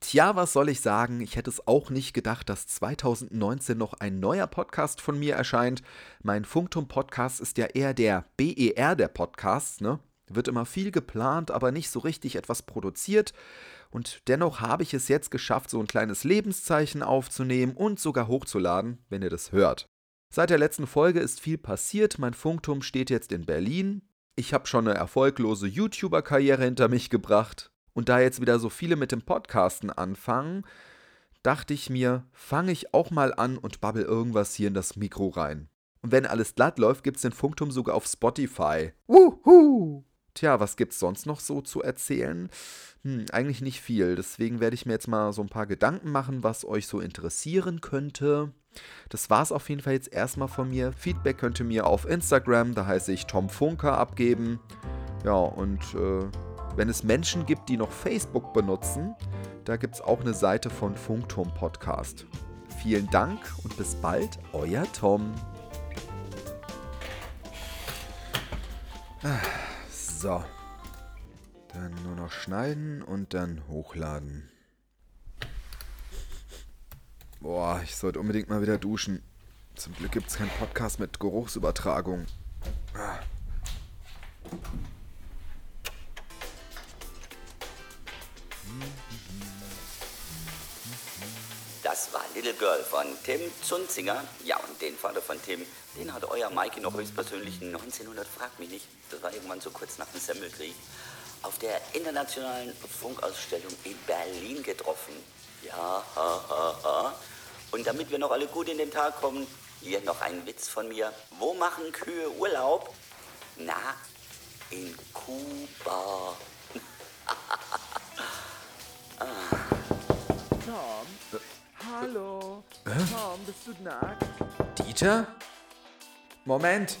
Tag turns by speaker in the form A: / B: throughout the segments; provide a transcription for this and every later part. A: Tja, was soll ich sagen? Ich hätte es auch nicht gedacht, dass 2019 noch ein neuer Podcast von mir erscheint. Mein Funktum-Podcast ist ja eher der BER der Podcasts, ne? Wird immer viel geplant, aber nicht so richtig etwas produziert. Und dennoch habe ich es jetzt geschafft, so ein kleines Lebenszeichen aufzunehmen und sogar hochzuladen, wenn ihr das hört. Seit der letzten Folge ist viel passiert. Mein Funktum steht jetzt in Berlin. Ich habe schon eine erfolglose YouTuber-Karriere hinter mich gebracht. Und da jetzt wieder so viele mit dem Podcasten anfangen, dachte ich mir, fange ich auch mal an und babbel irgendwas hier in das Mikro rein. Und wenn alles glatt läuft, gibt's den Funktum sogar auf Spotify. Wuhu! Tja, was gibt's sonst noch so zu erzählen? Hm, eigentlich nicht viel. Deswegen werde ich mir jetzt mal so ein paar Gedanken machen, was euch so interessieren könnte. Das war's auf jeden Fall jetzt erstmal von mir. Feedback könnt ihr mir auf Instagram, da heiße ich Tom Funker, abgeben. Ja, und äh, wenn es Menschen gibt, die noch Facebook benutzen, da gibt's auch eine Seite von Funkturm Podcast. Vielen Dank und bis bald, euer Tom. Ah, So. Dann nur noch schneiden und dann hochladen. Boah, ich sollte unbedingt mal wieder duschen. Zum Glück gibt's keinen Podcast mit Geruchsübertragung. Ah.
B: Das war Little Girl von Tim Zunzinger. Ja, und den Vater von Tim, den hatte euer Mikey noch höchstpersönlich 1900, frag mich nicht. Das war irgendwann so kurz nach dem Semmelkrieg. Auf der internationalen Funkausstellung in Berlin getroffen. Ja, ha, ha, ha. Und damit wir noch alle gut in den Tag kommen, hier noch ein Witz von mir. Wo machen Kühe Urlaub? Na, in Kuba.
C: Tom? Hallo? Tom, bist du nackt?
A: Dieter? Moment.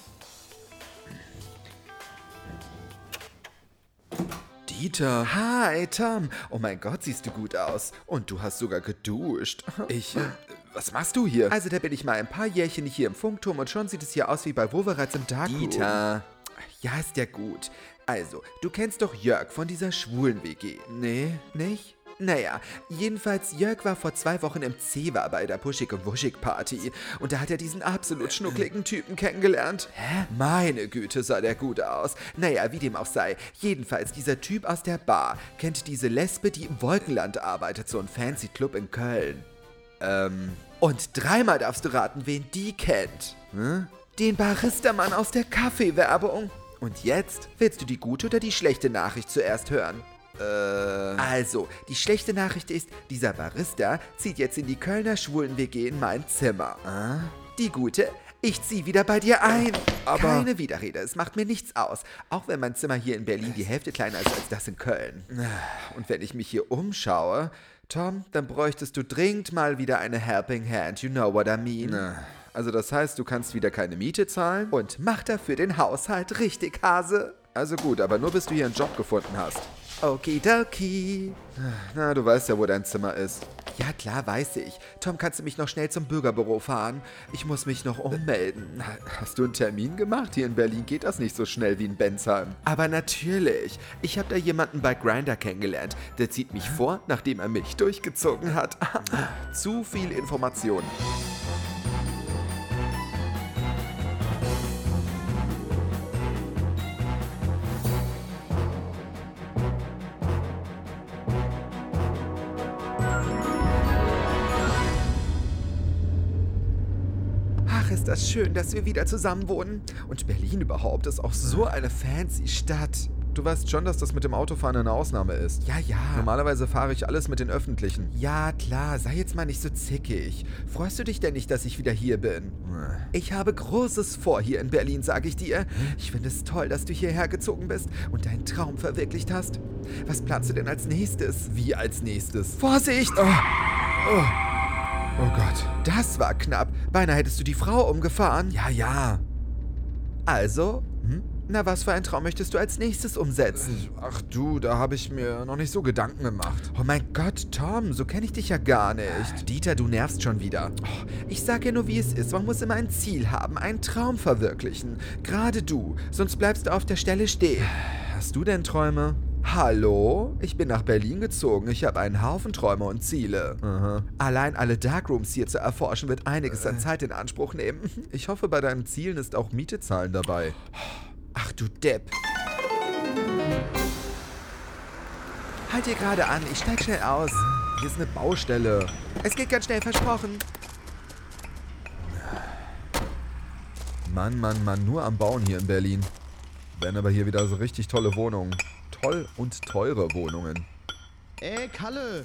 A: Dieter. Hi, Tom. Oh mein Gott, siehst du gut aus. Und du hast sogar geduscht. Ich. äh, Was machst du hier? Also, da bin ich mal ein paar Jährchen hier im Funkturm und schon sieht es hier aus wie bei Woveratz im Tag. Dieter. Ja, ist ja gut. Also, du kennst doch Jörg von dieser schwulen WG. Nee, nicht? Naja, jedenfalls, Jörg war vor zwei Wochen im Zewa bei der Puschig und Wuschig Party und da hat er diesen absolut schnuckligen Typen kennengelernt. Hä? Meine Güte, sah der gut aus. Naja, wie dem auch sei. Jedenfalls, dieser Typ aus der Bar kennt diese Lesbe, die im Wolkenland arbeitet, so ein fancy Club in Köln. Ähm. Und dreimal darfst du raten, wen die kennt. Hm? Den Baristermann aus der Kaffeewerbung. Und jetzt willst du die gute oder die schlechte Nachricht zuerst hören? Also, die schlechte Nachricht ist, dieser Barista zieht jetzt in die Kölner Schwulen WG in mein Zimmer. Die gute, ich zieh wieder bei dir ein. Aber keine Widerrede, es macht mir nichts aus, auch wenn mein Zimmer hier in Berlin die Hälfte kleiner ist als das in Köln. Und wenn ich mich hier umschaue, Tom, dann bräuchtest du dringend mal wieder eine Helping Hand, you know what I mean? Also das heißt, du kannst wieder keine Miete zahlen? Und mach dafür den Haushalt richtig, Hase. Also gut, aber nur bis du hier einen Job gefunden hast. Okidoki. Na, du weißt ja, wo dein Zimmer ist. Ja, klar, weiß ich. Tom, kannst du mich noch schnell zum Bürgerbüro fahren? Ich muss mich noch ummelden. Hast du einen Termin gemacht? Hier in Berlin geht das nicht so schnell wie in Bensheim. Aber natürlich. Ich habe da jemanden bei Grinder kennengelernt. Der zieht mich vor, nachdem er mich durchgezogen hat. Zu viel Information. Ach, ist das schön, dass wir wieder zusammen wohnen. Und Berlin überhaupt ist auch so eine fancy Stadt. Du weißt schon, dass das mit dem Autofahren eine Ausnahme ist. Ja, ja. Normalerweise fahre ich alles mit den Öffentlichen. Ja, klar. Sei jetzt mal nicht so zickig. Freust du dich denn nicht, dass ich wieder hier bin? Ich habe Großes vor hier in Berlin, sage ich dir. Ich finde es toll, dass du hierher gezogen bist und deinen Traum verwirklicht hast. Was planst du denn als nächstes? Wie als nächstes? Ah. Vorsicht! Oh Gott. Das war knapp. Beinahe hättest du die Frau umgefahren. Ja, ja. Also? Na, was für einen Traum möchtest du als nächstes umsetzen?
D: Ach du, da habe ich mir noch nicht so Gedanken gemacht.
A: Oh mein Gott, Tom, so kenne ich dich ja gar nicht. Dieter, du nervst schon wieder. Oh, ich sag ja nur, wie es ist. Man muss immer ein Ziel haben, einen Traum verwirklichen. Gerade du, sonst bleibst du auf der Stelle stehen. Hast du denn Träume? Hallo? Ich bin nach Berlin gezogen. Ich habe einen Haufen Träume und Ziele. Allein alle Darkrooms hier zu erforschen, wird einiges an Zeit in Anspruch nehmen.
D: Äh. Ich hoffe, bei deinen Zielen ist auch Miete zahlen dabei.
A: Ach du Depp. Halt hier gerade an, ich steig schnell aus.
D: Hier ist eine Baustelle.
A: Es geht ganz schnell, versprochen.
D: Mann, Mann, Mann, nur am Bauen hier in Berlin. Werden aber hier wieder so richtig tolle Wohnungen. Toll und teure Wohnungen.
E: Ey, Kalle,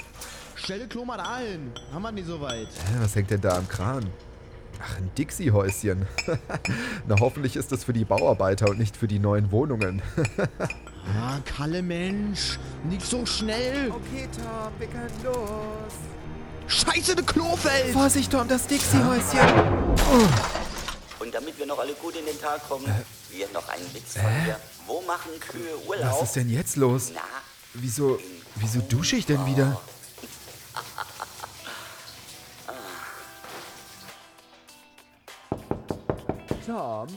E: stell die Klo mal ein. Haben wir nicht so weit.
D: Hä, was hängt denn da am Kran? Ach, ein Dixie-Häuschen. Na, hoffentlich ist das für die Bauarbeiter und nicht für die neuen Wohnungen.
E: Ah, Kalle, Mensch, nicht so schnell.
A: Okay, Tom, wir können los.
E: Scheiße, ne Klo fällt.
A: Vorsicht, Tom, das Dixie-Häuschen.
B: Und damit wir noch alle gut in den Tag kommen, hier noch ein Witz von mir. Wo machen Kühe Urlaub?
D: Äh. Was ist denn jetzt los?
B: Na,
D: Wieso, wieso dusche ich denn wieder?
C: Tom?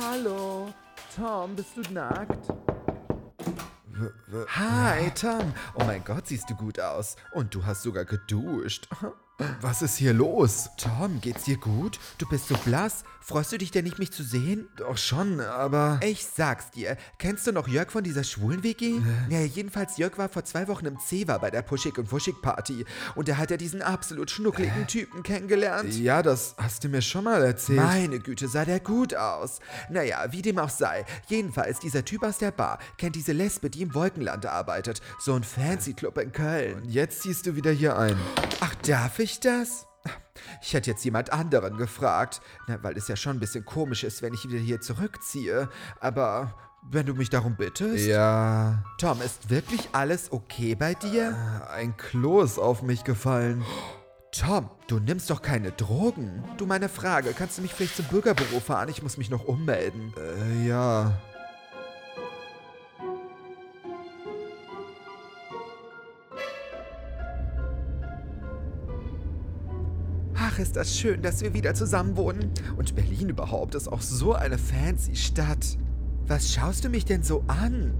C: Hallo? Tom, bist du nackt?
A: Hi, Tom. Oh mein Gott, siehst du gut aus. Und du hast sogar geduscht.
D: Was ist hier los?
A: Tom, geht's dir gut? Du bist so blass. Freust du dich denn nicht, mich zu sehen?
D: Doch schon, aber...
A: Ich sag's dir. Kennst du noch Jörg von dieser schwulen WG? Naja, jedenfalls Jörg war vor zwei Wochen im Zewa bei der Puschig und Wuschig Party. Und da hat er diesen absolut schnuckligen Typen kennengelernt.
D: Ja, das hast du mir schon mal erzählt.
A: Meine Güte, sah der gut aus. Naja, wie dem auch sei. Jedenfalls, dieser Typ aus der Bar kennt diese Lesbe, die im Wolkenland arbeitet. So ein Fancy-Club in Köln.
D: Jetzt ziehst du wieder hier ein.
A: Ach, darf ich das? Ich hätte jetzt jemand anderen gefragt. Na, weil es ja schon ein bisschen komisch ist, wenn ich wieder hier zurückziehe. Aber wenn du mich darum bittest.
D: Ja, Äh,
A: Tom, ist wirklich alles okay bei dir?
D: ein Klo ist auf mich gefallen.
A: Tom, du nimmst doch keine Drogen. Du, meine Frage, kannst du mich vielleicht zum Bürgerbüro fahren? Ich muss mich noch ummelden.
D: Äh, ja.
A: Ach, ist das schön, dass wir wieder zusammen wohnen. Und Berlin überhaupt ist auch so eine fancy Stadt. Was schaust du mich denn so an?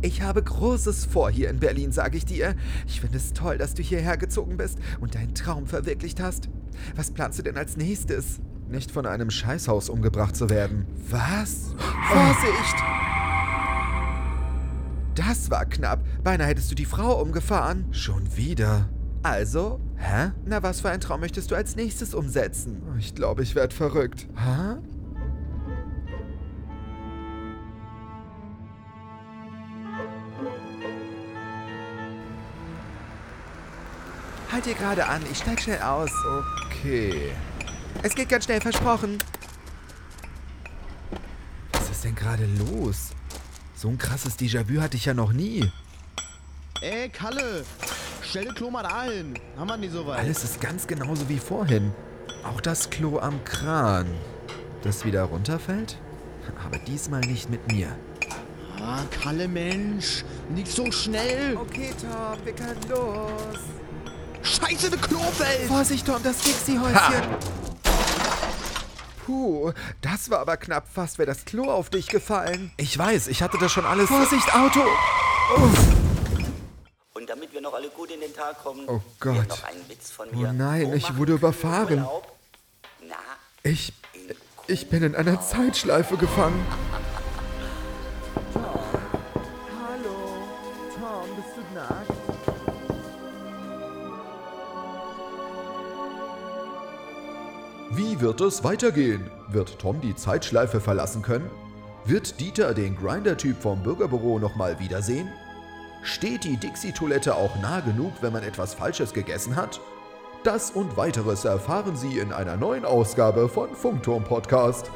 A: Ich habe Großes vor hier in Berlin, sage ich dir. Ich finde es toll, dass du hierher gezogen bist und deinen Traum verwirklicht hast. Was planst du denn als nächstes?
D: Nicht von einem Scheißhaus umgebracht zu werden. Ah.
A: Was? Vorsicht! Das war knapp. Beinahe hättest du die Frau umgefahren.
D: Schon wieder?
A: Also?
D: Hä?
A: Na, was für einen Traum möchtest du als nächstes umsetzen?
D: Ich glaube, ich werde verrückt.
A: Hä? Halt hier gerade an, ich steig schnell aus.
D: Okay.
A: Es geht ganz schnell, versprochen.
D: Was ist denn gerade los? So ein krasses Déjà-vu hatte ich ja noch nie.
E: Ey, Kalle, stell die Klo mal ein. Haben wir nicht so weit.
D: Alles ist ganz genauso wie vorhin. Auch das Klo am Kran. Das wieder runterfällt? Aber diesmal nicht mit mir.
E: Ah, Kalle, Mensch, nicht so schnell.
C: Okay, Tom, wir können los.
E: Scheiße, ne Klo fällt.
A: Vorsicht, Tom, das Dixie-Häuschen. Puh, das war aber knapp. Fast wäre das Klo auf dich gefallen.
D: Ich weiß, ich hatte das schon alles.
A: Vorsicht, Auto!
B: Und damit wir noch alle gut in den Tag kommen,
D: Oh
B: hier
D: Gott.
B: noch ein Witz von
D: Oh
B: mir.
D: nein,
B: Wo
D: ich
B: machen
D: wurde
B: Kühe
D: überfahren.
B: Urlaub? Na,
D: Ich. Ich bin in einer Zeitschleife gefangen.
C: Hallo? Tom, bist du nackt?
D: Wie wird es weitergehen? Wird Tom die Zeitschleife verlassen können? Wird Dieter den Grinder-Typ vom Bürgerbüro nochmal wiedersehen? Steht die Dixie-Toilette auch nah genug, wenn man etwas Falsches gegessen hat? Das und weiteres erfahren Sie in einer neuen Ausgabe von Funkturm Podcast.